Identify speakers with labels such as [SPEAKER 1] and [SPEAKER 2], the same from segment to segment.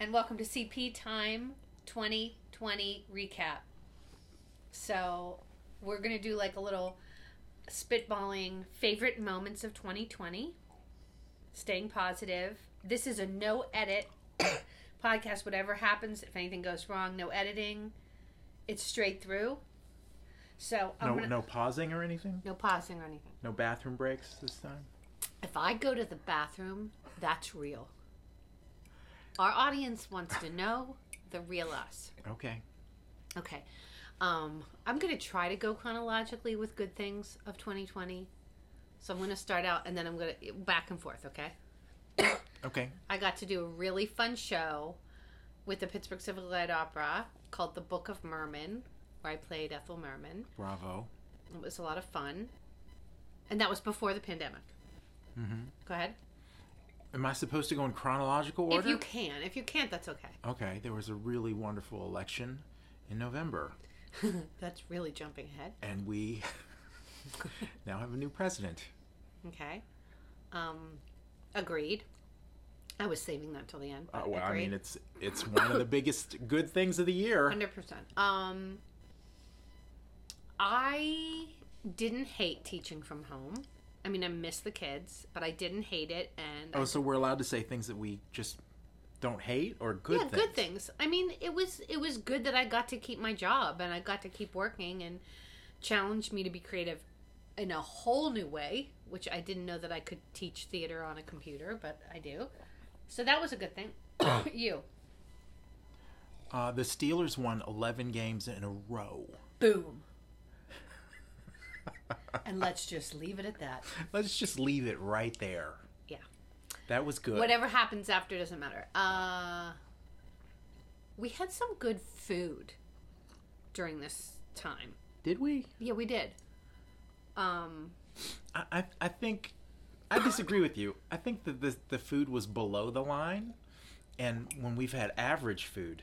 [SPEAKER 1] and welcome to CP Time 2020 recap. So, we're going to do like a little spitballing favorite moments of 2020, staying positive. This is a no edit podcast. Whatever happens, if anything goes wrong, no editing, it's straight through. So, I'm
[SPEAKER 2] No,
[SPEAKER 1] gonna,
[SPEAKER 2] no pausing or anything.
[SPEAKER 1] no pausing or anything.
[SPEAKER 2] No bathroom breaks this time.
[SPEAKER 1] If I go to the bathroom, that's real. Our audience wants to know the real us.
[SPEAKER 2] Okay.
[SPEAKER 1] Okay. Um, I'm going to try to go chronologically with good things of 2020. So I'm going to start out and then I'm going to back and forth, okay?
[SPEAKER 2] Okay.
[SPEAKER 1] I got to do a really fun show with the Pittsburgh Civil Light Opera called The Book of Merman, where I played Ethel Merman.
[SPEAKER 2] Bravo.
[SPEAKER 1] It was a lot of fun. And that was before the pandemic. Mm-hmm. Go ahead.
[SPEAKER 2] Am I supposed to go in chronological order?
[SPEAKER 1] If you can. If you can't, that's okay.
[SPEAKER 2] okay. There was a really wonderful election in November,
[SPEAKER 1] That's really jumping ahead.
[SPEAKER 2] and we now have a new president.
[SPEAKER 1] Okay. Um, agreed. I was saving that till the end.
[SPEAKER 2] Uh,
[SPEAKER 1] but
[SPEAKER 2] well, I mean,
[SPEAKER 1] agreed.
[SPEAKER 2] it's it's one of the biggest good things of the year.
[SPEAKER 1] hundred percent. Um, I didn't hate teaching from home. I mean, I miss the kids, but I didn't hate it, and
[SPEAKER 2] Oh, so we're allowed to say things that we just don't hate or good
[SPEAKER 1] yeah,
[SPEAKER 2] things.
[SPEAKER 1] good things. I mean, it was it was good that I got to keep my job and I got to keep working and challenged me to be creative in a whole new way, which I didn't know that I could teach theater on a computer, but I do. So that was a good thing. you
[SPEAKER 2] Uh, the Steelers won 11 games in a row.
[SPEAKER 1] boom. and let's just leave it at that.
[SPEAKER 2] Let's just leave it right there.
[SPEAKER 1] Yeah.
[SPEAKER 2] That was good.
[SPEAKER 1] Whatever happens after doesn't matter. Uh, we had some good food during this time.
[SPEAKER 2] Did we?
[SPEAKER 1] Yeah, we did. Um,
[SPEAKER 2] I, I, I think I disagree with you. I think that the, the food was below the line, and when we've had average food,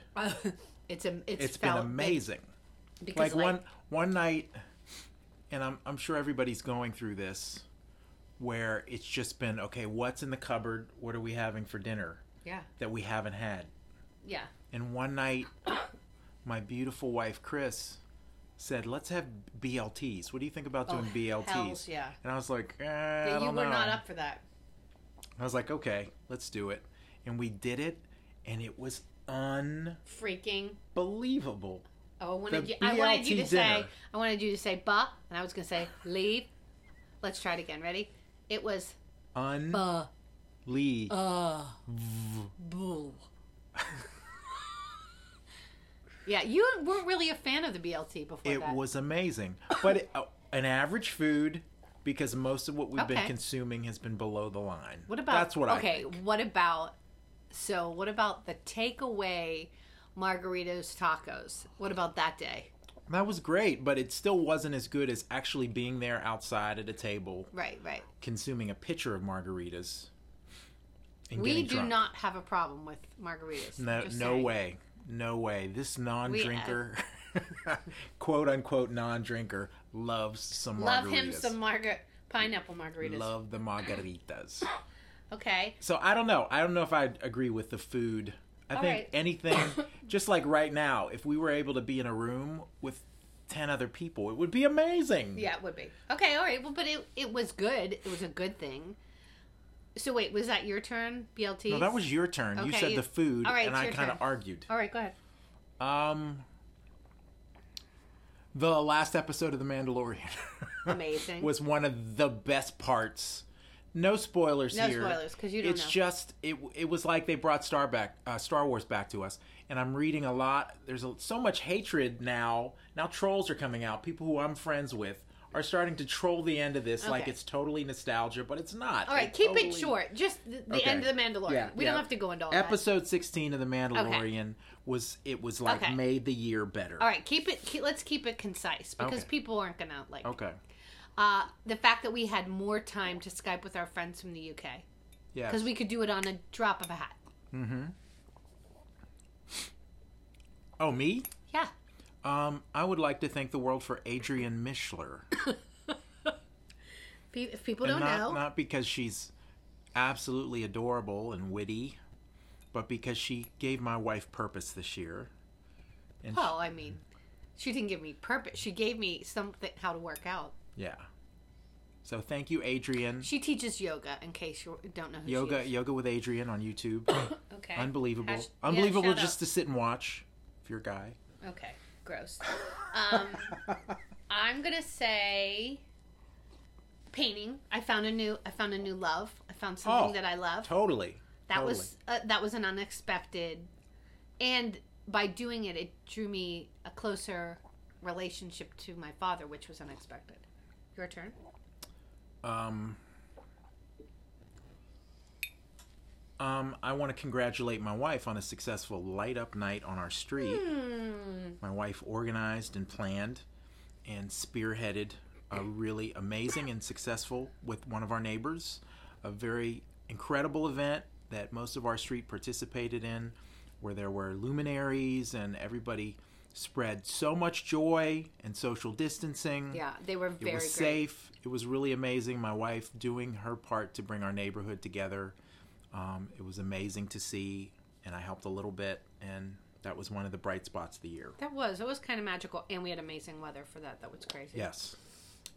[SPEAKER 1] it's a it's,
[SPEAKER 2] it's
[SPEAKER 1] felt
[SPEAKER 2] been amazing.
[SPEAKER 1] big- because
[SPEAKER 2] Like one one night, and I'm I'm sure everybody's going through this, where it's just been okay. What's in the cupboard? What are we having for dinner
[SPEAKER 1] yeah
[SPEAKER 2] that we haven't had?
[SPEAKER 1] yeah
[SPEAKER 2] And one night, my beautiful wife Chris said, "Let's have BLTs. What do you think about doing BLTs?"
[SPEAKER 1] Oh, hells yeah.
[SPEAKER 2] And I was like, eh,
[SPEAKER 1] Yeah,
[SPEAKER 2] I
[SPEAKER 1] you
[SPEAKER 2] don't
[SPEAKER 1] were
[SPEAKER 2] know.
[SPEAKER 1] not up for that.
[SPEAKER 2] I was like, okay, let's do it. And we did it, and it was
[SPEAKER 1] Freaking!
[SPEAKER 2] unbelievable.
[SPEAKER 1] Oh, I wanted
[SPEAKER 2] The
[SPEAKER 1] you. I wanted you to
[SPEAKER 2] BLT
[SPEAKER 1] say.
[SPEAKER 2] dinner.
[SPEAKER 1] I wanted you to say "ba," and I was gonna say "leave." Let's try it again. Ready? It was "ba
[SPEAKER 2] Unbelievable.
[SPEAKER 1] Uh. boo." yeah, you weren't really a fan of the BLT before
[SPEAKER 2] it
[SPEAKER 1] that.
[SPEAKER 2] was amazing. But it, uh, an average food, because most of what we've been
[SPEAKER 1] Okay.
[SPEAKER 2] consuming has been below the line.
[SPEAKER 1] What about
[SPEAKER 2] That's what I
[SPEAKER 1] Okay,
[SPEAKER 2] think.
[SPEAKER 1] what about so what about the takeaway margaritas tacos? What about that day?
[SPEAKER 2] That was great, but it still wasn't as good as actually being there outside at a table
[SPEAKER 1] Right, right.
[SPEAKER 2] consuming a pitcher of margaritas. And
[SPEAKER 1] We
[SPEAKER 2] getting
[SPEAKER 1] do
[SPEAKER 2] drunk.
[SPEAKER 1] not have a problem with margaritas.
[SPEAKER 2] No,
[SPEAKER 1] just
[SPEAKER 2] no
[SPEAKER 1] saying.
[SPEAKER 2] way. No way. This non drinker, quote unquote non drinker, loves some margaritas.
[SPEAKER 1] Love him some margar pineapple margaritas.
[SPEAKER 2] Love the margaritas.
[SPEAKER 1] Okay.
[SPEAKER 2] So I don't know. I don't know if I agree with the food. I think
[SPEAKER 1] right.
[SPEAKER 2] anything, just like right now, if we were able to be in a room with 10 other people, it would be amazing.
[SPEAKER 1] Yeah, it would be. Okay, all right. Well, but it it was good. It was a good thing. So wait, was that your turn? BLT.
[SPEAKER 2] No, that was your turn. you
[SPEAKER 1] Okay,
[SPEAKER 2] said
[SPEAKER 1] you-
[SPEAKER 2] the food,
[SPEAKER 1] all right,
[SPEAKER 2] and
[SPEAKER 1] it's
[SPEAKER 2] I
[SPEAKER 1] your
[SPEAKER 2] kind of
[SPEAKER 1] turn.
[SPEAKER 2] argued.
[SPEAKER 1] All right, go ahead.
[SPEAKER 2] Um, the last episode of The Mandalorian.
[SPEAKER 1] Amazing.
[SPEAKER 2] was one of the best parts. No spoilers
[SPEAKER 1] No
[SPEAKER 2] here.
[SPEAKER 1] spoilers, 'cause you don't
[SPEAKER 2] It's
[SPEAKER 1] know.
[SPEAKER 2] just it. It was like they brought Star back, uh, Star Wars back to us. And I'm reading a lot. There's a, so much hatred now. Now trolls are coming out. People who I'm friends with are starting to troll the end of this, like
[SPEAKER 1] Okay.
[SPEAKER 2] it's totally nostalgia, but it's not.
[SPEAKER 1] all right, keep it short. Just the, the
[SPEAKER 2] Okay.
[SPEAKER 1] end of the Mandalorian.
[SPEAKER 2] Yeah,
[SPEAKER 1] we
[SPEAKER 2] yeah.
[SPEAKER 1] don't have to go into all that.
[SPEAKER 2] Episode 16 of The Mandalorian was it was like
[SPEAKER 1] Okay.
[SPEAKER 2] made the year better.
[SPEAKER 1] All right, keep it. Keep, let's keep it concise because
[SPEAKER 2] Okay.
[SPEAKER 1] people aren't gonna like
[SPEAKER 2] Okay.
[SPEAKER 1] uh, the fact that we had more time to Skype with our friends from the UK
[SPEAKER 2] Yeah.
[SPEAKER 1] because we could do it on a drop of a hat.
[SPEAKER 2] Oh me?
[SPEAKER 1] Yeah,
[SPEAKER 2] Um, I would like to thank the world for Adrian Mishler.
[SPEAKER 1] Pe- if people
[SPEAKER 2] And
[SPEAKER 1] don't
[SPEAKER 2] not,
[SPEAKER 1] know,
[SPEAKER 2] Not because she's absolutely adorable and witty, but because she gave my wife purpose this year. And she-
[SPEAKER 1] Well, I mean, she didn't give me purpose. She gave me something how to work out.
[SPEAKER 2] yeah. So thank you, Adrian.
[SPEAKER 1] She teaches yoga. In case you don't know who
[SPEAKER 2] yoga,
[SPEAKER 1] She is.
[SPEAKER 2] yoga with Adrian on YouTube.
[SPEAKER 1] Okay.
[SPEAKER 2] Unbelievable,
[SPEAKER 1] Hash- yeah,
[SPEAKER 2] unbelievable,
[SPEAKER 1] shout
[SPEAKER 2] just to sit and watch if you're a guy.
[SPEAKER 1] out. Okay. Gross. Um, I'm gonna say painting. I found a new. I found a new love. I found something
[SPEAKER 2] Oh.
[SPEAKER 1] that I love.
[SPEAKER 2] totally.
[SPEAKER 1] That
[SPEAKER 2] totally.
[SPEAKER 1] was uh, that was an unexpected, and by doing it, it drew me a closer relationship to my father, which was unexpected. Your turn.
[SPEAKER 2] Um, um, I want to congratulate my wife on a successful light up night on our street. My wife organized and planned and spearheaded a really amazing and successful with one of our neighbors, a very incredible event that most of our street participated in, where there were luminaries and everybody spread so much joy and social distancing.
[SPEAKER 1] Yeah, they were
[SPEAKER 2] It
[SPEAKER 1] very
[SPEAKER 2] was
[SPEAKER 1] great.
[SPEAKER 2] safe. It was really amazing. My wife doing her part to bring our neighborhood together. Um, it was amazing to see, and I helped a little bit, and that was one of the bright spots of the year.
[SPEAKER 1] That was. It was kind of magical, and we had amazing weather for that. That was crazy.
[SPEAKER 2] Yes.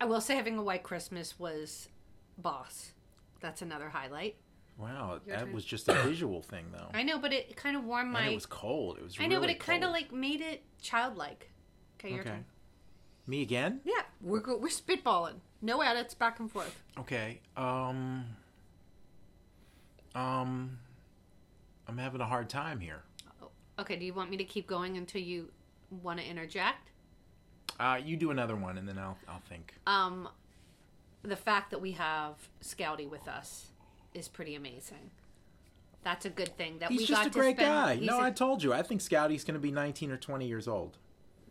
[SPEAKER 1] I will say, having a white Christmas was boss. That's another highlight.
[SPEAKER 2] Wow,
[SPEAKER 1] Your
[SPEAKER 2] that
[SPEAKER 1] turn.
[SPEAKER 2] was just a visual thing, though.
[SPEAKER 1] I know, but it kind of warmed my.
[SPEAKER 2] and it was cold. It was.
[SPEAKER 1] I know, but
[SPEAKER 2] really
[SPEAKER 1] it kind of
[SPEAKER 2] cold.
[SPEAKER 1] like made it childlike. Okay, your
[SPEAKER 2] Okay.
[SPEAKER 1] turn.
[SPEAKER 2] Me again?
[SPEAKER 1] Yeah, we're go- we're spitballing. No edits, back and forth.
[SPEAKER 2] Okay. Um. Um. I'm having a hard time here.
[SPEAKER 1] Okay, do you want me to keep going until you want to interject?
[SPEAKER 2] Uh, you do another one, and then I'll I'll think.
[SPEAKER 1] Um, the fact that we have Scouty with us is pretty amazing. That's a good thing that
[SPEAKER 2] He's
[SPEAKER 1] we
[SPEAKER 2] just
[SPEAKER 1] got
[SPEAKER 2] a great
[SPEAKER 1] to spend.
[SPEAKER 2] guy.
[SPEAKER 1] he's
[SPEAKER 2] No,
[SPEAKER 1] a-
[SPEAKER 2] I told you. I think Scouty's going to be 19 or 20 years old.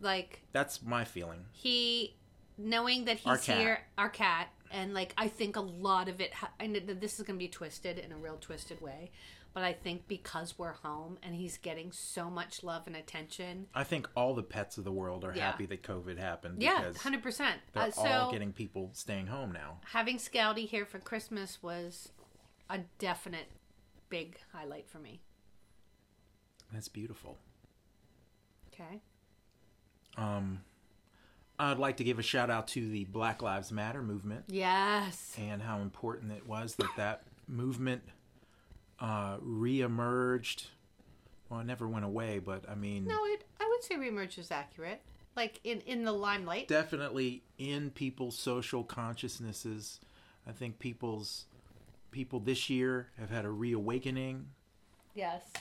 [SPEAKER 1] like
[SPEAKER 2] That's my feeling.
[SPEAKER 1] he knowing that he's
[SPEAKER 2] Our cat.
[SPEAKER 1] here, our cat, and like I think a lot of it. Ha- I know that this is going to be twisted in a real twisted way, but I think because we're home and he's getting so much love and attention.
[SPEAKER 2] I think all the pets of the world are
[SPEAKER 1] Yeah.
[SPEAKER 2] happy that COVID happened
[SPEAKER 1] Yeah,
[SPEAKER 2] because
[SPEAKER 1] hundred percent.
[SPEAKER 2] they're
[SPEAKER 1] Uh, so
[SPEAKER 2] all getting people staying home now.
[SPEAKER 1] having Scouty here for Christmas was a definite big highlight for me.
[SPEAKER 2] That's beautiful.
[SPEAKER 1] Okay.
[SPEAKER 2] Um, I'd like to give a shout out to the Black Lives Matter movement.
[SPEAKER 1] Yes.
[SPEAKER 2] and how important it was that that movement uh, reemerged. Well, it never went away, but I mean,
[SPEAKER 1] No, it, I would say reemerge is accurate. Like in in the limelight.
[SPEAKER 2] definitely in people's social consciousnesses. I think people's people this year have had a reawakening
[SPEAKER 1] Yes.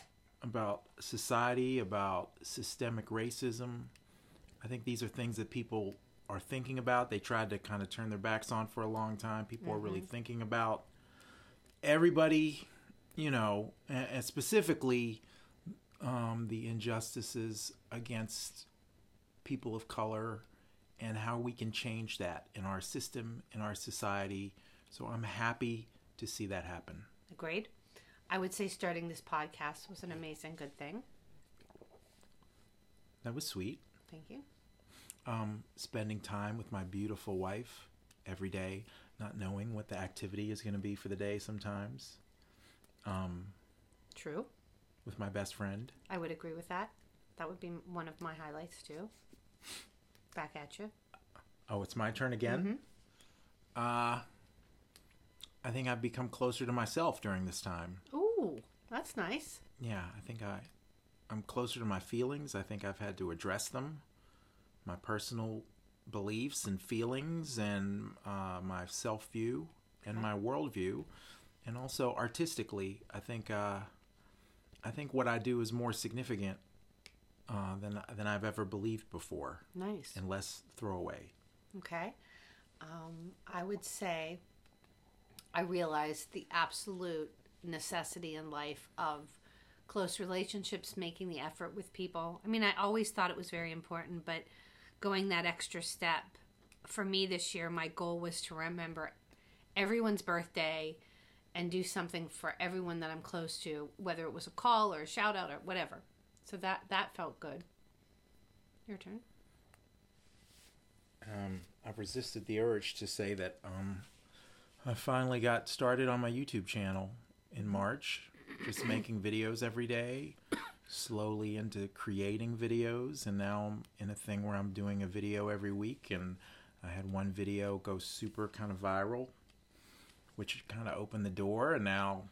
[SPEAKER 2] about society, about systemic racism. I think these are things that people are thinking about. They tried to kind of turn their backs on for a long time. People are really thinking about everybody, you know, and, and specifically um, the injustices against people of color and how we can change that in our system, in our society. So I'm happy to see that happen.
[SPEAKER 1] Agreed. I would say starting this podcast was an amazing good thing.
[SPEAKER 2] That was sweet.
[SPEAKER 1] Thank you.
[SPEAKER 2] um, spending time with my beautiful wife every day, not knowing what the activity is going to be for the day sometimes, um,
[SPEAKER 1] True.
[SPEAKER 2] with my best friend.
[SPEAKER 1] I would agree with that. That would be m- one of my highlights too. Back at you.
[SPEAKER 2] Oh, it's my turn again. Uh, I think I've become closer to myself during this time.
[SPEAKER 1] Ooh, that's nice.
[SPEAKER 2] Yeah, I think I, I'm closer to my feelings. I think I've had to address them, my personal beliefs and feelings, and uh, my self view and my worldview, and also artistically. I think uh, I think what I do is more significant uh, than than I've ever believed before,
[SPEAKER 1] Nice.
[SPEAKER 2] and less throwaway.
[SPEAKER 1] Okay. Um, I would say I realized the absolute necessity in life of close relationships, making the effort with people. I mean, I always thought it was very important, but going that extra step for me this year, my goal was to remember everyone's birthday and do something for everyone that I'm close to, whether it was a call or a shout out or whatever. So that that felt good. Your turn.
[SPEAKER 2] um, I've resisted the urge to say that um, I finally got started on my YouTube channel in March. just making videos every day, slowly into creating videos, and now I'm in a thing where I'm doing a video every week. And I had one video go super kind of viral, which kind of opened the door. And now,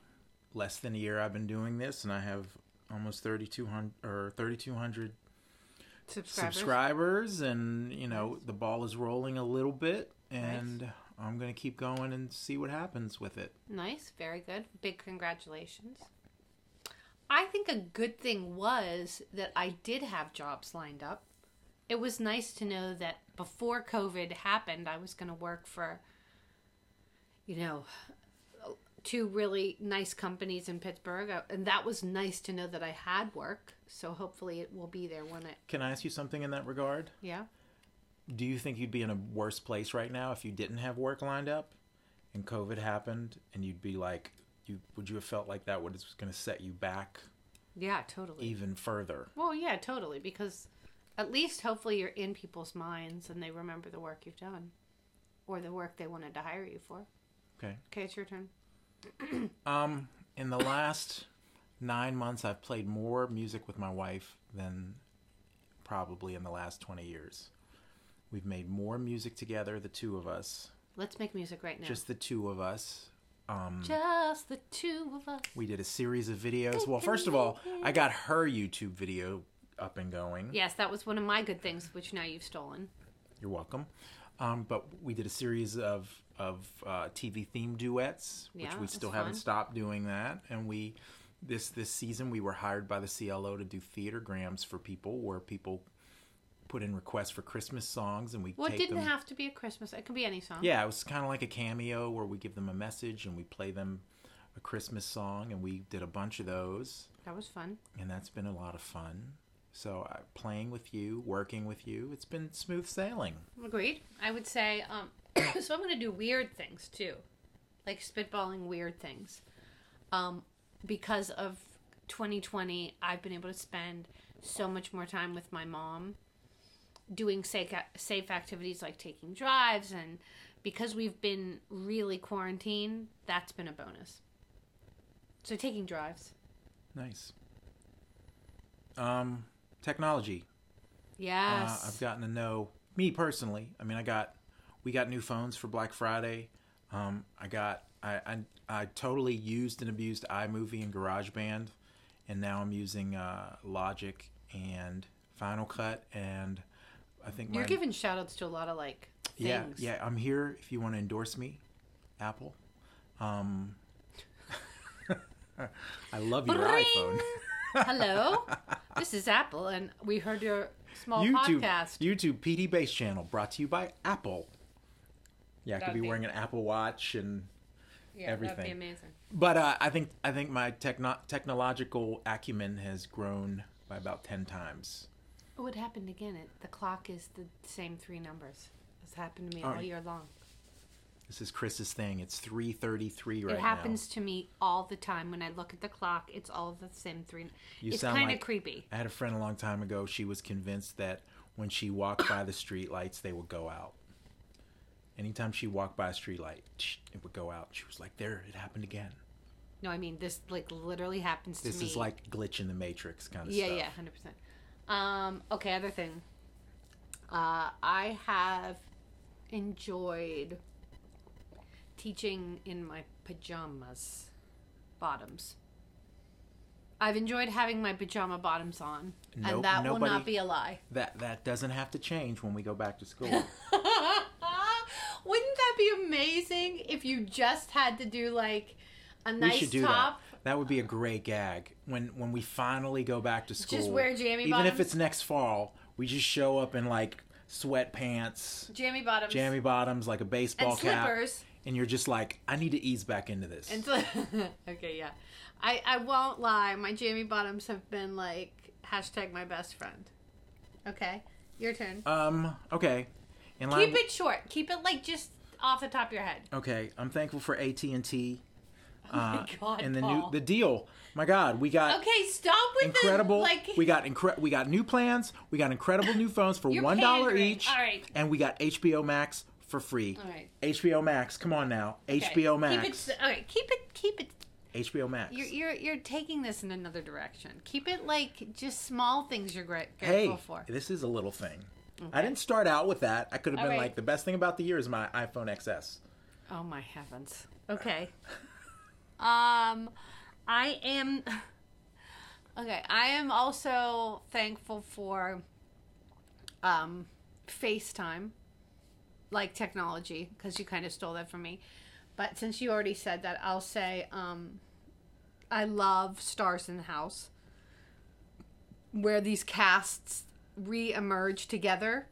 [SPEAKER 2] less than a year, I've been doing this, and I have almost 3,200 or 3,200
[SPEAKER 1] Subscribers.
[SPEAKER 2] subscribers and you know the ball is rolling a little bit and i'm gonna keep going and see what happens with it
[SPEAKER 1] Nice, very good. Big congratulations. I think a good thing was that I did have jobs lined up. It was nice to know that before COVID happened, I was going to work for, you know, two really nice companies in Pittsburgh. Uh, And that was nice to know that I had work. So hopefully it will be there when it,
[SPEAKER 2] can i ask you something in that regard
[SPEAKER 1] yeah.
[SPEAKER 2] do you think you'd be in a worse place right now if you didn't have work lined up and covid happened and you'd be like you would you have felt like that was gonna set you back
[SPEAKER 1] Yeah, totally.
[SPEAKER 2] even further
[SPEAKER 1] Well, yeah, totally. Because at least hopefully you're in people's minds and they remember the work you've done or the work they wanted to hire you for.
[SPEAKER 2] okay
[SPEAKER 1] Okay, it's your turn.
[SPEAKER 2] um in the last nine months i've played more music with my wife than probably in the last 20 years we've made more music together the two of us
[SPEAKER 1] Let's make music right now. Just,
[SPEAKER 2] just the two of us. Um,
[SPEAKER 1] the two of us.
[SPEAKER 2] we did a series of videos. Well, first of all, I got her YouTube video up and going.
[SPEAKER 1] Yes, that was one of my good things, which now you've stolen.
[SPEAKER 2] You're welcome. Um, but we did a series of of uh, TV theme duets, which
[SPEAKER 1] Yeah,
[SPEAKER 2] we
[SPEAKER 1] that's
[SPEAKER 2] still haven't
[SPEAKER 1] fun.
[SPEAKER 2] stopped doing that. And we this this season we were hired by the CLO to do theatergrams for people, where people put in requests for Christmas songs, and we
[SPEAKER 1] Well, it
[SPEAKER 2] take
[SPEAKER 1] didn't
[SPEAKER 2] them.
[SPEAKER 1] have to be a Christmas. It could be any song.
[SPEAKER 2] Yeah, it was kind of like a cameo where we give them a message and we play them a Christmas song, and we did a bunch of those,
[SPEAKER 1] That was fun.
[SPEAKER 2] and that's been a lot of fun. So uh, playing with you, working with you, it's been smooth sailing.
[SPEAKER 1] Agreed. I would say, um, so I'm going to do weird things too, like spitballing weird things. Um, because of 2020, I've been able to spend so much more time with my mom doing safe, safe activities like taking drives. And because we've been really quarantined, that's been a bonus. So taking drives.
[SPEAKER 2] Nice. Um, technology. Uh,
[SPEAKER 1] Yes.
[SPEAKER 2] I've gotten to know me personally. I mean, I got we got new phones for Black Friday. Um, I got I, I I totally used and abused iMovie and GarageBand, and now I'm using uh, Logic and Final Cut and I think
[SPEAKER 1] You're
[SPEAKER 2] my,
[SPEAKER 1] giving shout outs to a lot of like things.
[SPEAKER 2] yeah yeah I'm here if you want to endorse me, Apple. Um, I love your
[SPEAKER 1] Ring!
[SPEAKER 2] iPhone.
[SPEAKER 1] Hello, this is Apple, and we heard your small
[SPEAKER 2] YouTube
[SPEAKER 1] podcast.
[SPEAKER 2] YouTube PD Base Channel brought to you by Apple. Yeah, I could
[SPEAKER 1] That'd
[SPEAKER 2] be,
[SPEAKER 1] be-
[SPEAKER 2] wearing an Apple Watch and
[SPEAKER 1] Yeah,
[SPEAKER 2] everything.
[SPEAKER 1] That'd be amazing.
[SPEAKER 2] but uh, I think I think my techno- technological acumen has grown by about 10 times.
[SPEAKER 1] Oh, it happened again. It, the clock is the same three numbers. It's happened to me all
[SPEAKER 2] Oh.
[SPEAKER 1] year long.
[SPEAKER 2] This is Chris's thing. It's 3:33 right
[SPEAKER 1] it happens to me all the time. When I look at the clock, it's all the same three.
[SPEAKER 2] You
[SPEAKER 1] it's
[SPEAKER 2] sound
[SPEAKER 1] kind of
[SPEAKER 2] like-
[SPEAKER 1] creepy.
[SPEAKER 2] now. I had a friend a long time ago. She was convinced that when she walked by the street lights, they would go out. Anytime she walked by a street light, tsh, it would go out. She was like, "There, it happened again."
[SPEAKER 1] No, I mean this like literally happens to
[SPEAKER 2] This
[SPEAKER 1] me.
[SPEAKER 2] is like glitch in the matrix kind of
[SPEAKER 1] yeah,
[SPEAKER 2] stuff.
[SPEAKER 1] yeah, hundred percent. Um, okay, other thing. Uh, I have enjoyed teaching in my pajamas, bottoms. I've enjoyed having my pajama bottoms on,
[SPEAKER 2] Nope,
[SPEAKER 1] and that will
[SPEAKER 2] nobody-
[SPEAKER 1] not be a lie.
[SPEAKER 2] That that doesn't have to change when we go back to school.
[SPEAKER 1] Wouldn't that be amazing if you just had to do like a
[SPEAKER 2] we
[SPEAKER 1] nice
[SPEAKER 2] should do
[SPEAKER 1] top?
[SPEAKER 2] that. That would be a great gag when when we finally go back to school.
[SPEAKER 1] wear jammy
[SPEAKER 2] even
[SPEAKER 1] bottoms?
[SPEAKER 2] if it's next fall. We just show up in like sweatpants,
[SPEAKER 1] Jammy bottoms,
[SPEAKER 2] jammy bottoms, like a baseball
[SPEAKER 1] and
[SPEAKER 2] cap,
[SPEAKER 1] slippers.
[SPEAKER 2] and you're just like, I need to ease back into this.
[SPEAKER 1] And so, okay, yeah. I, I won't lie. My jammy bottoms have been like hashtag my best friend. Okay, your turn.
[SPEAKER 2] um, okay, in line.
[SPEAKER 1] Keep it short. Keep it like just off the top of your head.
[SPEAKER 2] Okay, I'm thankful for AT and T. uh,
[SPEAKER 1] Oh my God,
[SPEAKER 2] and the
[SPEAKER 1] Paul.
[SPEAKER 2] new the deal. My God, we got
[SPEAKER 1] Okay, stop with
[SPEAKER 2] Uh, incredible.
[SPEAKER 1] The, like
[SPEAKER 2] we got incre- we got new plans. We got incredible new phones for
[SPEAKER 1] You're
[SPEAKER 2] one dollar
[SPEAKER 1] pandering.
[SPEAKER 2] each.
[SPEAKER 1] All right.
[SPEAKER 2] And we got HBO Max for free.
[SPEAKER 1] All right.
[SPEAKER 2] HBO Max, come on now.
[SPEAKER 1] okay.
[SPEAKER 2] HBO
[SPEAKER 1] Keep it,
[SPEAKER 2] Max.
[SPEAKER 1] s- okay, keep it keep it
[SPEAKER 2] HBO Max.
[SPEAKER 1] You're, you're you're taking this in another direction. Keep it like just small things you're gra- grateful
[SPEAKER 2] hey,
[SPEAKER 1] for.
[SPEAKER 2] this is a little thing. I didn't start out with that. I could have
[SPEAKER 1] All
[SPEAKER 2] been
[SPEAKER 1] right.
[SPEAKER 2] like, the best thing about the year is my iPhone XS.
[SPEAKER 1] Oh my heavens. Okay. um I am Okay, I am also thankful for um FaceTime like technology cuz you kind of stole that from me. But since you already said that, I'll say um I love Stars in the House where these casts re-emerge together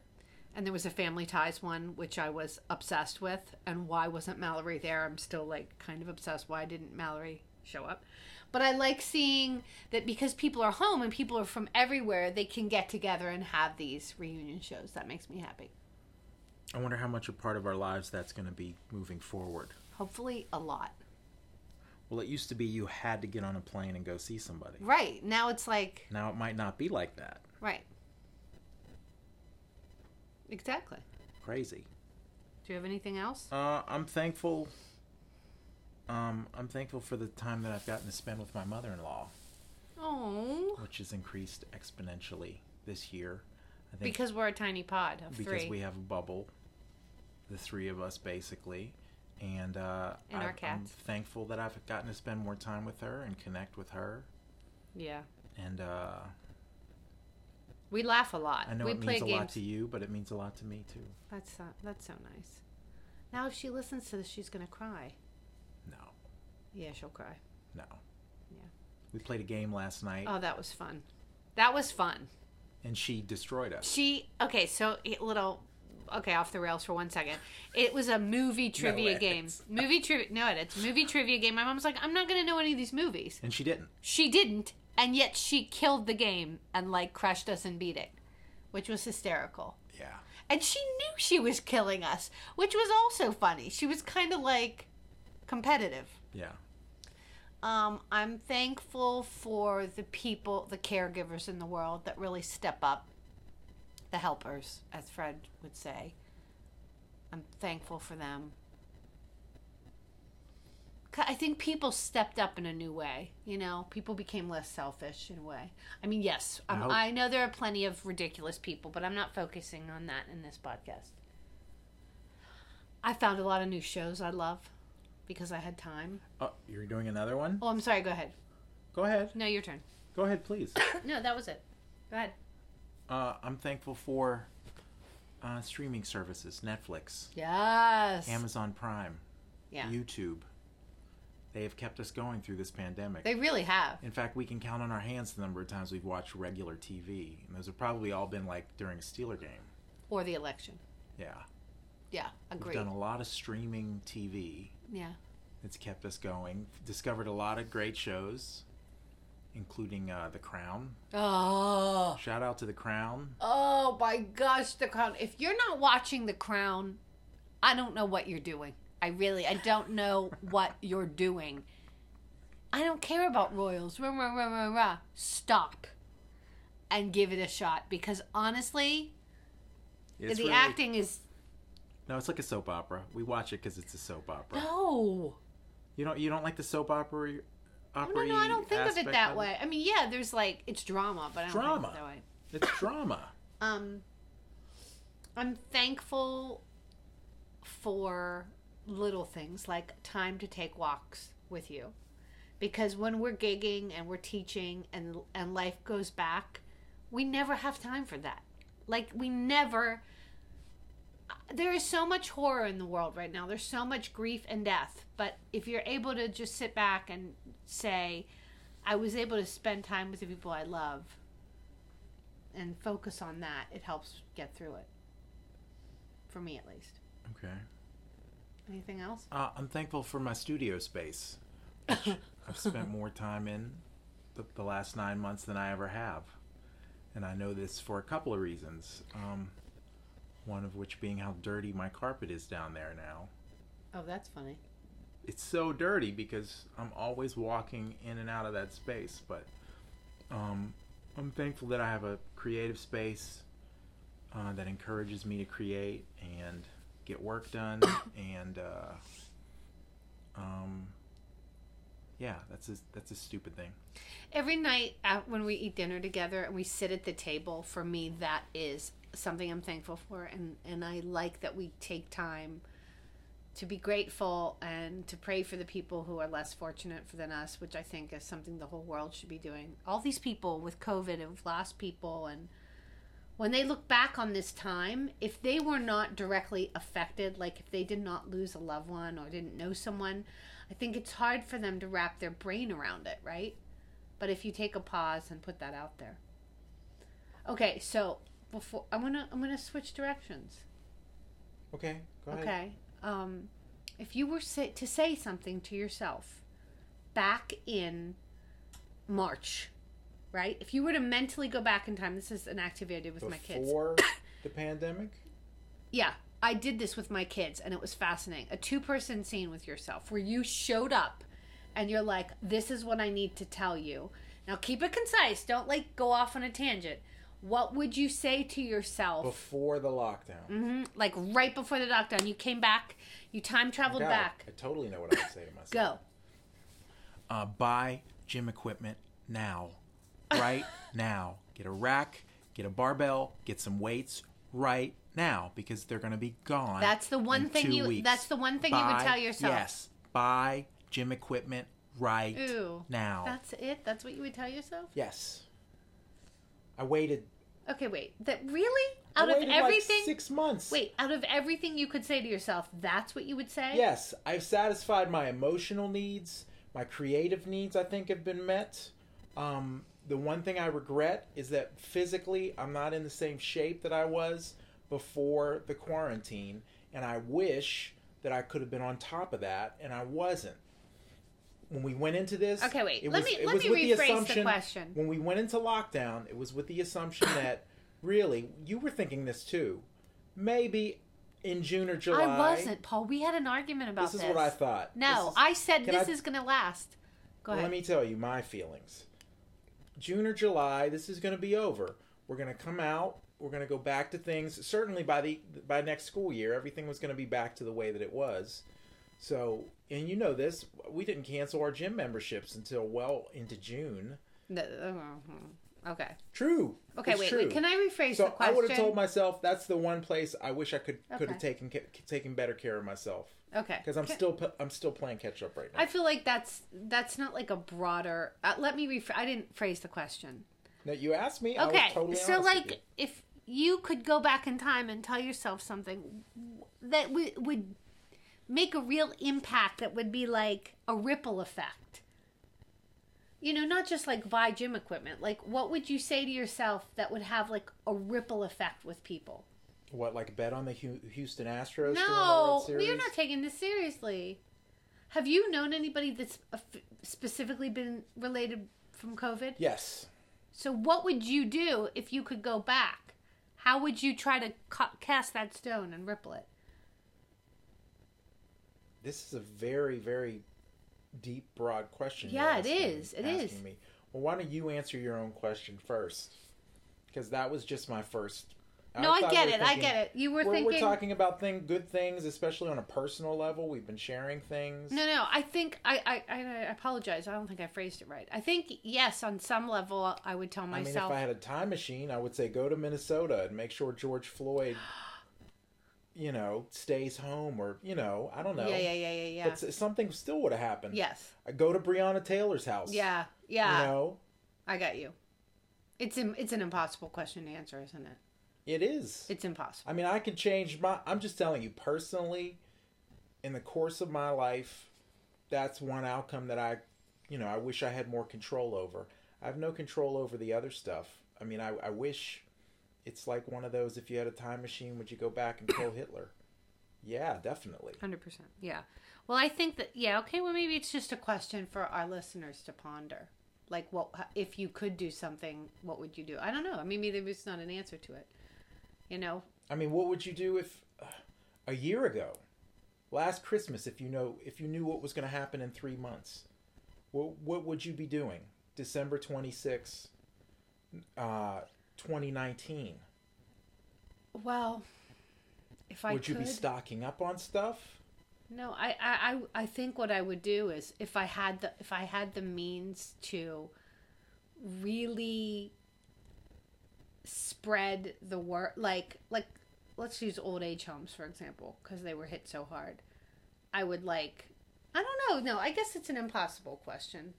[SPEAKER 1] and there was a Family Ties one, which I was obsessed with. And why wasn't Mallory there? I'm still like kind of obsessed. Why didn't Mallory show up? But I like seeing that because people are home and people are from everywhere, they can get together and have these reunion shows. That makes me happy.
[SPEAKER 2] I wonder how much a part of our lives that's going to be moving forward.
[SPEAKER 1] Hopefully, a lot.
[SPEAKER 2] Well, it used to be you had to get on a plane and go see somebody.
[SPEAKER 1] Right. Now it's like,
[SPEAKER 2] Now it might not be like that.
[SPEAKER 1] right. Exactly.
[SPEAKER 2] Crazy.
[SPEAKER 1] Do you have anything else?
[SPEAKER 2] Uh, I'm thankful. Um, I'm thankful for the time that I've gotten to spend with my mother-in-law,
[SPEAKER 1] Oh.
[SPEAKER 2] which has increased exponentially this year. I think
[SPEAKER 1] Because we're a tiny pod of
[SPEAKER 2] because
[SPEAKER 1] three.
[SPEAKER 2] we have a bubble, the three of us basically, and uh,
[SPEAKER 1] And our
[SPEAKER 2] I've- I'm
[SPEAKER 1] cats.
[SPEAKER 2] thankful that I've gotten to spend more time with her and connect with her,
[SPEAKER 1] yeah.
[SPEAKER 2] and uh,
[SPEAKER 1] We laugh a lot.
[SPEAKER 2] I know
[SPEAKER 1] we
[SPEAKER 2] it
[SPEAKER 1] play
[SPEAKER 2] means a
[SPEAKER 1] games.
[SPEAKER 2] lot to you, but it means a lot to me too.
[SPEAKER 1] That's so, that's so nice. Now if she listens to this, she's gonna cry.
[SPEAKER 2] No,
[SPEAKER 1] Yeah, she'll cry.
[SPEAKER 2] no.
[SPEAKER 1] Yeah.
[SPEAKER 2] We played a game last night,
[SPEAKER 1] Oh, that was fun. That was fun.
[SPEAKER 2] and she destroyed us.
[SPEAKER 1] She okay. So a little okay off the rails for one second. It was a movie trivia game.
[SPEAKER 2] edits.
[SPEAKER 1] Movie trivia. No edits. Movie trivia game. My mom's like, I'm not gonna know any of these movies.
[SPEAKER 2] And she didn't.
[SPEAKER 1] She didn't, and yet she killed the game and like crushed us and beat it, which was hysterical.
[SPEAKER 2] Yeah.
[SPEAKER 1] And she knew she was killing us, which was also funny. She was kind of like competitive.
[SPEAKER 2] Yeah.
[SPEAKER 1] Um, I'm thankful for the people, the caregivers in the world that really step up, the helpers, as Fred would say. I'm thankful for them. 'Cause I think people stepped up in a new way. You know, people became less selfish in a way. I mean, yes,
[SPEAKER 2] I
[SPEAKER 1] um,
[SPEAKER 2] hope-
[SPEAKER 1] I know there are plenty of ridiculous people, but I'm not focusing on that in this podcast. I found a lot of new shows I love because I had time.
[SPEAKER 2] Oh, you're doing another one?
[SPEAKER 1] Oh, I'm sorry. Go ahead.
[SPEAKER 2] Go ahead.
[SPEAKER 1] No, your turn.
[SPEAKER 2] Go ahead, please.
[SPEAKER 1] No, that was it. Go ahead.
[SPEAKER 2] Uh, I'm thankful for uh, streaming services Netflix,
[SPEAKER 1] Yes.
[SPEAKER 2] Amazon Prime,
[SPEAKER 1] yeah.
[SPEAKER 2] YouTube. They have kept us going through this pandemic.
[SPEAKER 1] they really have.
[SPEAKER 2] In fact, we can count on our hands the number of times we've watched regular TV. And those have probably all been like during a Steeler game.
[SPEAKER 1] Or the election.
[SPEAKER 2] Yeah.
[SPEAKER 1] Yeah.
[SPEAKER 2] We've
[SPEAKER 1] Agreed.
[SPEAKER 2] done a lot of streaming TV
[SPEAKER 1] yeah.
[SPEAKER 2] that's kept us going. Discovered a lot of great shows, including uh, The Crown.
[SPEAKER 1] Oh.
[SPEAKER 2] Shout out to The Crown.
[SPEAKER 1] Oh my gosh, The Crown. If you're not watching The Crown, I don't know what you're doing. I really, I don't know what you're doing. I don't care about royals. Rah, rah, rah, rah, rah. Stop and give it a shot because honestly,
[SPEAKER 2] It's
[SPEAKER 1] the
[SPEAKER 2] really-
[SPEAKER 1] acting is
[SPEAKER 2] No, it's like a soap opera. We watch it because it's a soap opera.
[SPEAKER 1] no.
[SPEAKER 2] You don't you don't like the soap opera?
[SPEAKER 1] No,
[SPEAKER 2] opera
[SPEAKER 1] no, I don't think of it that way. I mean, yeah, there's like it's drama, but I don't think of
[SPEAKER 2] Drama.
[SPEAKER 1] it that way.
[SPEAKER 2] It's drama.
[SPEAKER 1] Um, I'm thankful for little things like time to take walks with you, because when we're gigging and we're teaching and and life goes back, we never have time for that. Like we never. There is so much horror in the world right now. There's so much grief and death. But if you're able to just sit back and say, I was able to spend time with the people I love, and focus on that, it helps get through it. For me, at least.
[SPEAKER 2] Okay.
[SPEAKER 1] Anything else?
[SPEAKER 2] Uh, I'm thankful for my studio space. which I've spent more time in the, the last nine months than I ever have, and I know this for a couple of reasons. Um, one of which being how dirty my carpet is down there now.
[SPEAKER 1] Oh, that's funny.
[SPEAKER 2] it's so dirty because I'm always walking in and out of that space. But um, I'm thankful that I have a creative space uh, that encourages me to create and get work done and uh, um, Yeah, that's a, that's a stupid thing.
[SPEAKER 1] Every night uh, when we eat dinner together and we sit at the table, for me, that is something I'm thankful for. And, and I like that we take time to be grateful and to pray for the people who are less fortunate than us, which I think is something the whole world should be doing. All these people with COVID have lost people. And when they look back on this time, if they were not directly affected, like if they did not lose a loved one or didn't know someone, I think it's hard for them to wrap their brain around it, right? But if you take a pause and put that out there. Okay, so before I'm gonna I'm gonna switch directions.
[SPEAKER 2] Okay, go ahead.
[SPEAKER 1] Okay. Um, if you were say, to say something to yourself back in March, right? If you were to mentally go back in time, this is an activity I did with my kids.
[SPEAKER 2] Before the pandemic?
[SPEAKER 1] Yeah, I did this with my kids and it was fascinating. A two person scene with yourself where you showed up and you're like, this is what I need to tell you. Now keep it concise. Don't like go off on a tangent. What would you say to yourself?
[SPEAKER 2] Before the lockdown.
[SPEAKER 1] Mhm, Like right before the lockdown, you came back, you time traveled
[SPEAKER 2] God,
[SPEAKER 1] back.
[SPEAKER 2] I totally know what I would say to myself.
[SPEAKER 1] Go.
[SPEAKER 2] uh, buy gym equipment now. Right now. Get a rack, get a barbell, get some weights right now because they're going to be gone.
[SPEAKER 1] That's the one
[SPEAKER 2] in
[SPEAKER 1] thing
[SPEAKER 2] two
[SPEAKER 1] you-
[SPEAKER 2] weeks.
[SPEAKER 1] that's the one thing you would
[SPEAKER 2] Buy-
[SPEAKER 1] tell yourself.
[SPEAKER 2] Yes. Buy gym equipment right
[SPEAKER 1] Ooh.
[SPEAKER 2] now.
[SPEAKER 1] That's it? That's what you would tell yourself?
[SPEAKER 2] yes. I waited
[SPEAKER 1] Okay, wait. That really?
[SPEAKER 2] I
[SPEAKER 1] Out of
[SPEAKER 2] waited, like,
[SPEAKER 1] everything?
[SPEAKER 2] 6 months.
[SPEAKER 1] Wait, out of everything you could say to yourself, that's what you would say?
[SPEAKER 2] Yes, I've satisfied my emotional needs. My creative needs, I think, have been met. Um, the one thing I regret is that physically, I'm not in the same shape that I was before the quarantine, and I wish that I could have been on top of that, and I wasn't. When we went into this,
[SPEAKER 1] Okay, wait,
[SPEAKER 2] it
[SPEAKER 1] let
[SPEAKER 2] was-
[SPEAKER 1] me-
[SPEAKER 2] it
[SPEAKER 1] let
[SPEAKER 2] was
[SPEAKER 1] me
[SPEAKER 2] with
[SPEAKER 1] rephrase the
[SPEAKER 2] assumption-
[SPEAKER 1] question.
[SPEAKER 2] When we went into lockdown, it was with the assumption that really you were thinking this too. Maybe in June or July.
[SPEAKER 1] I wasn't, Paul. We had an argument about this.
[SPEAKER 2] This is what I thought.
[SPEAKER 1] No,
[SPEAKER 2] This is-
[SPEAKER 1] I said
[SPEAKER 2] Can
[SPEAKER 1] this
[SPEAKER 2] I-
[SPEAKER 1] is going to last. Go
[SPEAKER 2] Let
[SPEAKER 1] ahead.
[SPEAKER 2] me tell you my feelings. June or July, this is going to be over. We're going to come out. We're going to go back to things. Certainly by the by next school year, everything was going to be back to the way that it was. So, and you know this, we didn't cancel our gym memberships until well into June.
[SPEAKER 1] No, uh, okay.
[SPEAKER 2] True.
[SPEAKER 1] Okay,
[SPEAKER 2] It's
[SPEAKER 1] wait,
[SPEAKER 2] true.
[SPEAKER 1] wait. Can I rephrase the
[SPEAKER 2] so I
[SPEAKER 1] question?
[SPEAKER 2] would have told myself that's the one place I wish I could could
[SPEAKER 1] Okay.
[SPEAKER 2] have taken ca- taken better care of myself
[SPEAKER 1] Okay.
[SPEAKER 2] because I'm
[SPEAKER 1] Ca-
[SPEAKER 2] still p- I'm still playing catch up right now.
[SPEAKER 1] I feel like that's that's not like a broader. Uh, let me rephr I didn't phrase the question.
[SPEAKER 2] No, you asked me. I was
[SPEAKER 1] Okay,
[SPEAKER 2] totally
[SPEAKER 1] so
[SPEAKER 2] honest with you.
[SPEAKER 1] like if you could go back in time and tell yourself something w- that w- would make a real impact, that would be like a ripple effect. You know, not just like buy gym equipment. Like, what would you say to yourself that would have like a ripple effect with people?
[SPEAKER 2] What, like bet on the Hu- Houston Astros? to win the
[SPEAKER 1] No,
[SPEAKER 2] World Series?
[SPEAKER 1] you're not taking this seriously. Have you known anybody that's uh, f- specifically been related from COVID?
[SPEAKER 2] Yes,
[SPEAKER 1] So, what would you do if you could go back? How would you try to ca- cast that stone and ripple it?
[SPEAKER 2] this is a very, very deep, broad question.
[SPEAKER 1] Yeah,
[SPEAKER 2] it
[SPEAKER 1] it
[SPEAKER 2] is.
[SPEAKER 1] is. It
[SPEAKER 2] asking
[SPEAKER 1] is.
[SPEAKER 2] Me. Well, why don't you answer your own question first? Because that was just my first.
[SPEAKER 1] no, I
[SPEAKER 2] thought
[SPEAKER 1] get
[SPEAKER 2] we were
[SPEAKER 1] it. I
[SPEAKER 2] thinking-
[SPEAKER 1] get it. You were
[SPEAKER 2] We're,
[SPEAKER 1] thinking.
[SPEAKER 2] we're talking about thing, good things, especially on a personal level. We've been sharing things.
[SPEAKER 1] No, no. I think I, I- I, I apologize. I don't think I phrased it right. I think yes, on some level, I would tell
[SPEAKER 2] I mean, if
[SPEAKER 1] myself.
[SPEAKER 2] I had a time machine, I would say go to Minnesota and make sure George Floyd, you know, stays home, or you know, I don't know.
[SPEAKER 1] yeah, yeah, yeah, yeah, yeah.
[SPEAKER 2] But s- something still would have happened.
[SPEAKER 1] yes.
[SPEAKER 2] I go to Breonna Taylor's house.
[SPEAKER 1] Yeah. Yeah.
[SPEAKER 2] You know,
[SPEAKER 1] I got you. It's im it's an impossible question to answer, isn't it?
[SPEAKER 2] it is.
[SPEAKER 1] It's impossible.
[SPEAKER 2] I mean, I could change my. I'm just telling you personally, in the course of my life, that's one outcome that I, you know, I wish I had more control over. I have no control over the other stuff. I mean, I, I wish it's like one of those if you had a time machine, would you go back and kill Hitler? Yeah, definitely.
[SPEAKER 1] Hundred percent. Yeah. Well, I think that yeah. Okay. Well, maybe it's just a question for our listeners to ponder. Like, what if you could do something? What would you do? I don't know. I mean, maybe there's not an answer to it. You know.
[SPEAKER 2] I mean, what would you do if uh, a year ago, last Christmas, if you know if you knew what was going to happen in three months, what what would you be doing? December twenty sixth, uh, twenty nineteen.
[SPEAKER 1] Well, if I
[SPEAKER 2] Would
[SPEAKER 1] could,
[SPEAKER 2] you be stocking up on stuff?
[SPEAKER 1] No, I, I, I- I think what I would do is if I had the if I had the means to really spread the word, like like let's use old age homes for example, because they were hit so hard. I would like, I don't know. No, I guess it's an impossible question.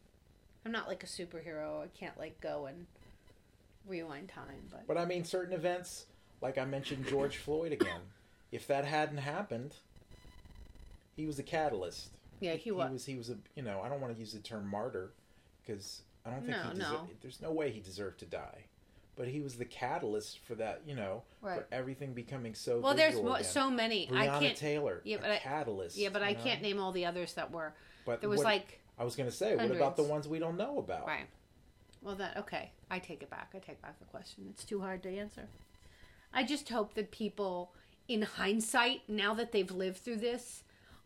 [SPEAKER 1] I'm not like a superhero. I can't like go and rewind time, but
[SPEAKER 2] But I mean, certain events, like I mentioned George Floyd again, if that hadn't happened, he was a catalyst.
[SPEAKER 1] yeah, he was.
[SPEAKER 2] He was, he was a, you know, I don't want to use the term martyr because I don't think
[SPEAKER 1] No,
[SPEAKER 2] he
[SPEAKER 1] no.
[SPEAKER 2] deser- there's no way he deserved to die. But he was the catalyst for that, you know,
[SPEAKER 1] Right.
[SPEAKER 2] for everything becoming so.
[SPEAKER 1] Well, there's
[SPEAKER 2] visual
[SPEAKER 1] mo-
[SPEAKER 2] again.
[SPEAKER 1] so many.
[SPEAKER 2] Breonna
[SPEAKER 1] I can't.
[SPEAKER 2] Taylor,
[SPEAKER 1] yeah,
[SPEAKER 2] a
[SPEAKER 1] but I-
[SPEAKER 2] catalyst.
[SPEAKER 1] yeah, but I
[SPEAKER 2] you know?
[SPEAKER 1] can't name all the others that were.
[SPEAKER 2] But
[SPEAKER 1] There was
[SPEAKER 2] what-
[SPEAKER 1] like
[SPEAKER 2] I was going to say, what about the
[SPEAKER 1] hundreds.
[SPEAKER 2] ones we don't know about?
[SPEAKER 1] Right. Well, that okay. I take it back. I take back the question. It's too hard to answer. I just hope that people, in hindsight, now that they've lived through this,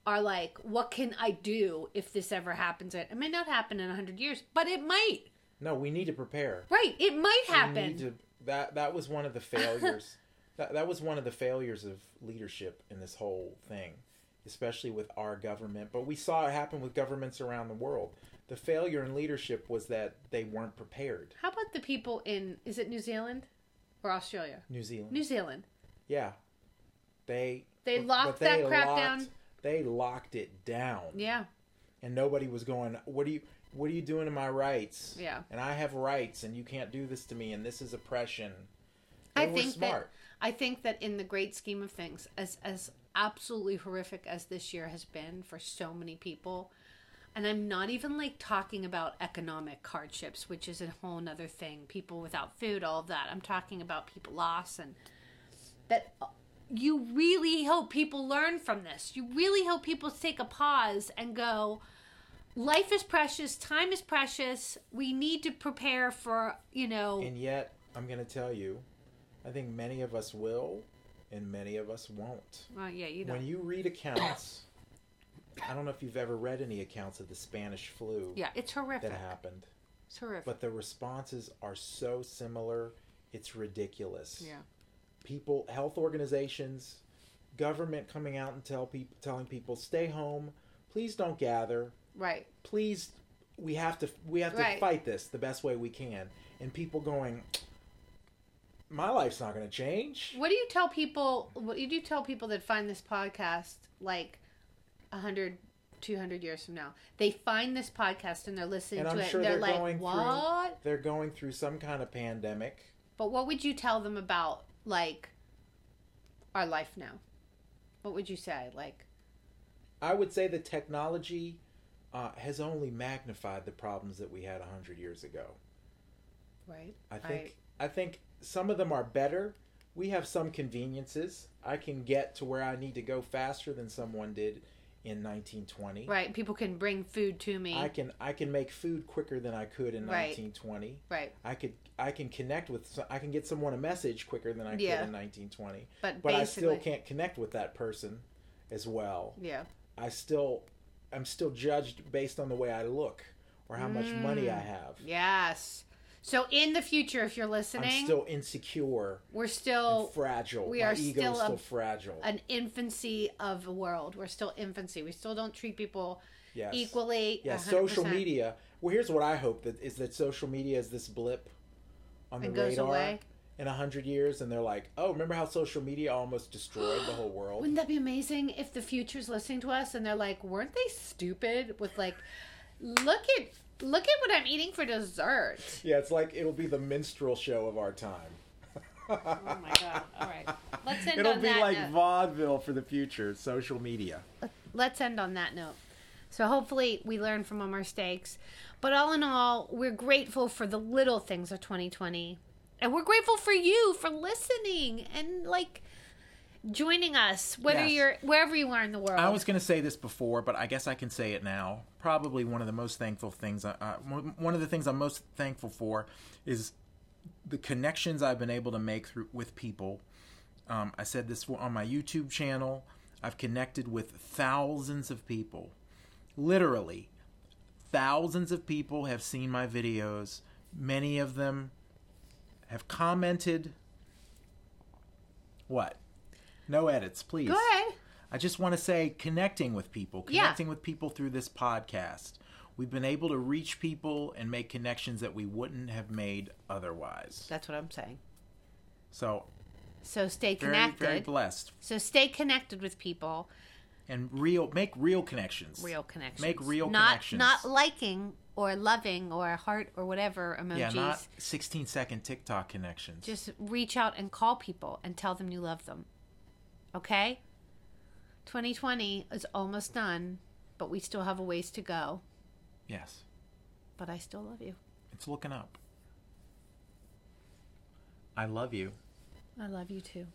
[SPEAKER 1] are like, "What can I do if this ever happens?" It may not happen in hundred years, but it might.
[SPEAKER 2] No, we need to prepare.
[SPEAKER 1] Right? It might
[SPEAKER 2] We
[SPEAKER 1] happen.
[SPEAKER 2] need to, that that was one of the failures. that that was one of the failures of leadership in this whole thing, especially with our government. But we saw it happen with governments around the world. The failure in leadership was that they weren't prepared.
[SPEAKER 1] How about the people in? Is it New Zealand or Australia?
[SPEAKER 2] New Zealand,
[SPEAKER 1] New Zealand.
[SPEAKER 2] yeah, they
[SPEAKER 1] They
[SPEAKER 2] but
[SPEAKER 1] locked that crap
[SPEAKER 2] locked-
[SPEAKER 1] down.
[SPEAKER 2] They locked it down.
[SPEAKER 1] Yeah.
[SPEAKER 2] and nobody was going what are you what are you doing to my rights
[SPEAKER 1] Yeah.
[SPEAKER 2] and i have rights and you can't do this to me and this is oppression
[SPEAKER 1] I
[SPEAKER 2] They were
[SPEAKER 1] think
[SPEAKER 2] smart.
[SPEAKER 1] that I think that in the great scheme of things, as as absolutely horrific as this year has been for so many people, and I'm not even like talking about economic hardships, which is a whole nother thing. People without food, all of that. I'm talking about people lost and that uh, you really hope people learn from this. You really hope people take a pause and go, life is precious, time is precious. We need to prepare for, you know,
[SPEAKER 2] and yet i'm going to tell you i think many of us will and many of us won't
[SPEAKER 1] well, yeah, you know.
[SPEAKER 2] when you read accounts i don't know if you've ever read any accounts of the spanish flu
[SPEAKER 1] Yeah, it's horrific.
[SPEAKER 2] that happened
[SPEAKER 1] It's horrific.
[SPEAKER 2] but the responses are so similar it's ridiculous
[SPEAKER 1] yeah.
[SPEAKER 2] people, health organizations, government coming out and tell people, telling people, stay home, please don't gather,
[SPEAKER 1] Right.
[SPEAKER 2] please, we have to, we have
[SPEAKER 1] Right.
[SPEAKER 2] to fight this the best way we can, and people going, my life's not going to change.
[SPEAKER 1] What do you tell people? What do you tell people that find this podcast like 100, 200 years from now? They find this podcast and they're listening
[SPEAKER 2] And
[SPEAKER 1] to
[SPEAKER 2] I'm
[SPEAKER 1] it.
[SPEAKER 2] sure
[SPEAKER 1] they're,
[SPEAKER 2] they're
[SPEAKER 1] like,
[SPEAKER 2] going through-
[SPEAKER 1] what?
[SPEAKER 2] They're going through some kind of pandemic.
[SPEAKER 1] But what would you tell them about like our life now? What would you say? Like,
[SPEAKER 2] I would say the technology uh, has only magnified the problems that we had hundred years ago.
[SPEAKER 1] right?
[SPEAKER 2] I think I think some of them are better. We have some conveniences. I can get to where I need to go faster than someone did in 1920.
[SPEAKER 1] Right. People can bring food to me.
[SPEAKER 2] I can I can make food quicker than I could in
[SPEAKER 1] Right.
[SPEAKER 2] 1920.
[SPEAKER 1] right.
[SPEAKER 2] I could I can connect with so- I can get someone a message quicker than I
[SPEAKER 1] Yeah.
[SPEAKER 2] could in 1920.
[SPEAKER 1] But,
[SPEAKER 2] But I
[SPEAKER 1] basically,
[SPEAKER 2] still can't connect with that person as well.
[SPEAKER 1] yeah.
[SPEAKER 2] I still I'm still judged based on the way I look or how much money
[SPEAKER 1] Mm.
[SPEAKER 2] I have.
[SPEAKER 1] Yes. So in the future, if you're listening,
[SPEAKER 2] I'm still insecure
[SPEAKER 1] we're still
[SPEAKER 2] and fragile.
[SPEAKER 1] we
[SPEAKER 2] My
[SPEAKER 1] are
[SPEAKER 2] ego's
[SPEAKER 1] still a-
[SPEAKER 2] still fragile.
[SPEAKER 1] an infancy of a world. We're still infancy. We still don't treat people
[SPEAKER 2] yes.
[SPEAKER 1] equally.
[SPEAKER 2] Yeah,
[SPEAKER 1] 100%.
[SPEAKER 2] social media. Well, here's what I hope that is that social media is this blip on the
[SPEAKER 1] And goes
[SPEAKER 2] radar
[SPEAKER 1] away.
[SPEAKER 2] in a hundred years, and they're like, oh, remember how social media almost destroyed the whole world?
[SPEAKER 1] Wouldn't that be amazing if the future's listening to us and they're like, "Weren't they stupid?" With like, look at look at what I'm eating for dessert.
[SPEAKER 2] yeah, it's like it'll be the minstrel show of our time.
[SPEAKER 1] Oh my god! All right, let's end
[SPEAKER 2] It'll
[SPEAKER 1] on
[SPEAKER 2] be
[SPEAKER 1] that
[SPEAKER 2] like
[SPEAKER 1] note.
[SPEAKER 2] vaudeville for the future, social media.
[SPEAKER 1] let's end on that note. So hopefully we learn from our mistakes. But all in all, we're grateful for the little things of 2020. And we're grateful for you for listening and like joining us, whether
[SPEAKER 2] Yes.
[SPEAKER 1] you're wherever you are in the world.
[SPEAKER 2] I was going to say this before, but I guess I can say it now. Probably one of the most thankful things, I- I- one one of the things I'm most thankful for is the connections I've been able to make through, with people. Um, I said this on my YouTube channel. I've connected with thousands of people. Literally, thousands of people have seen my videos. Many of them have commented. What? No edits, please.
[SPEAKER 1] Go ahead.
[SPEAKER 2] I just want to say connecting with people,
[SPEAKER 1] Yeah.
[SPEAKER 2] connecting with people through this podcast. We've been able to reach people and make connections that we wouldn't have made otherwise.
[SPEAKER 1] That's what I'm saying.
[SPEAKER 2] So,
[SPEAKER 1] So stay
[SPEAKER 2] very,
[SPEAKER 1] connected.
[SPEAKER 2] very blessed.
[SPEAKER 1] so stay connected with people.
[SPEAKER 2] And real, make real connections.
[SPEAKER 1] Real connections.
[SPEAKER 2] Make real
[SPEAKER 1] not,
[SPEAKER 2] connections.
[SPEAKER 1] Not liking or loving or heart or whatever emojis.
[SPEAKER 2] Yeah, not 16 second TikTok connections.
[SPEAKER 1] Just reach out and call people and tell them you love them. Okay? 2020 is almost done, but we still have a ways to go.
[SPEAKER 2] yes,
[SPEAKER 1] But I still love you.
[SPEAKER 2] it's looking up. I love you.
[SPEAKER 1] I love you too.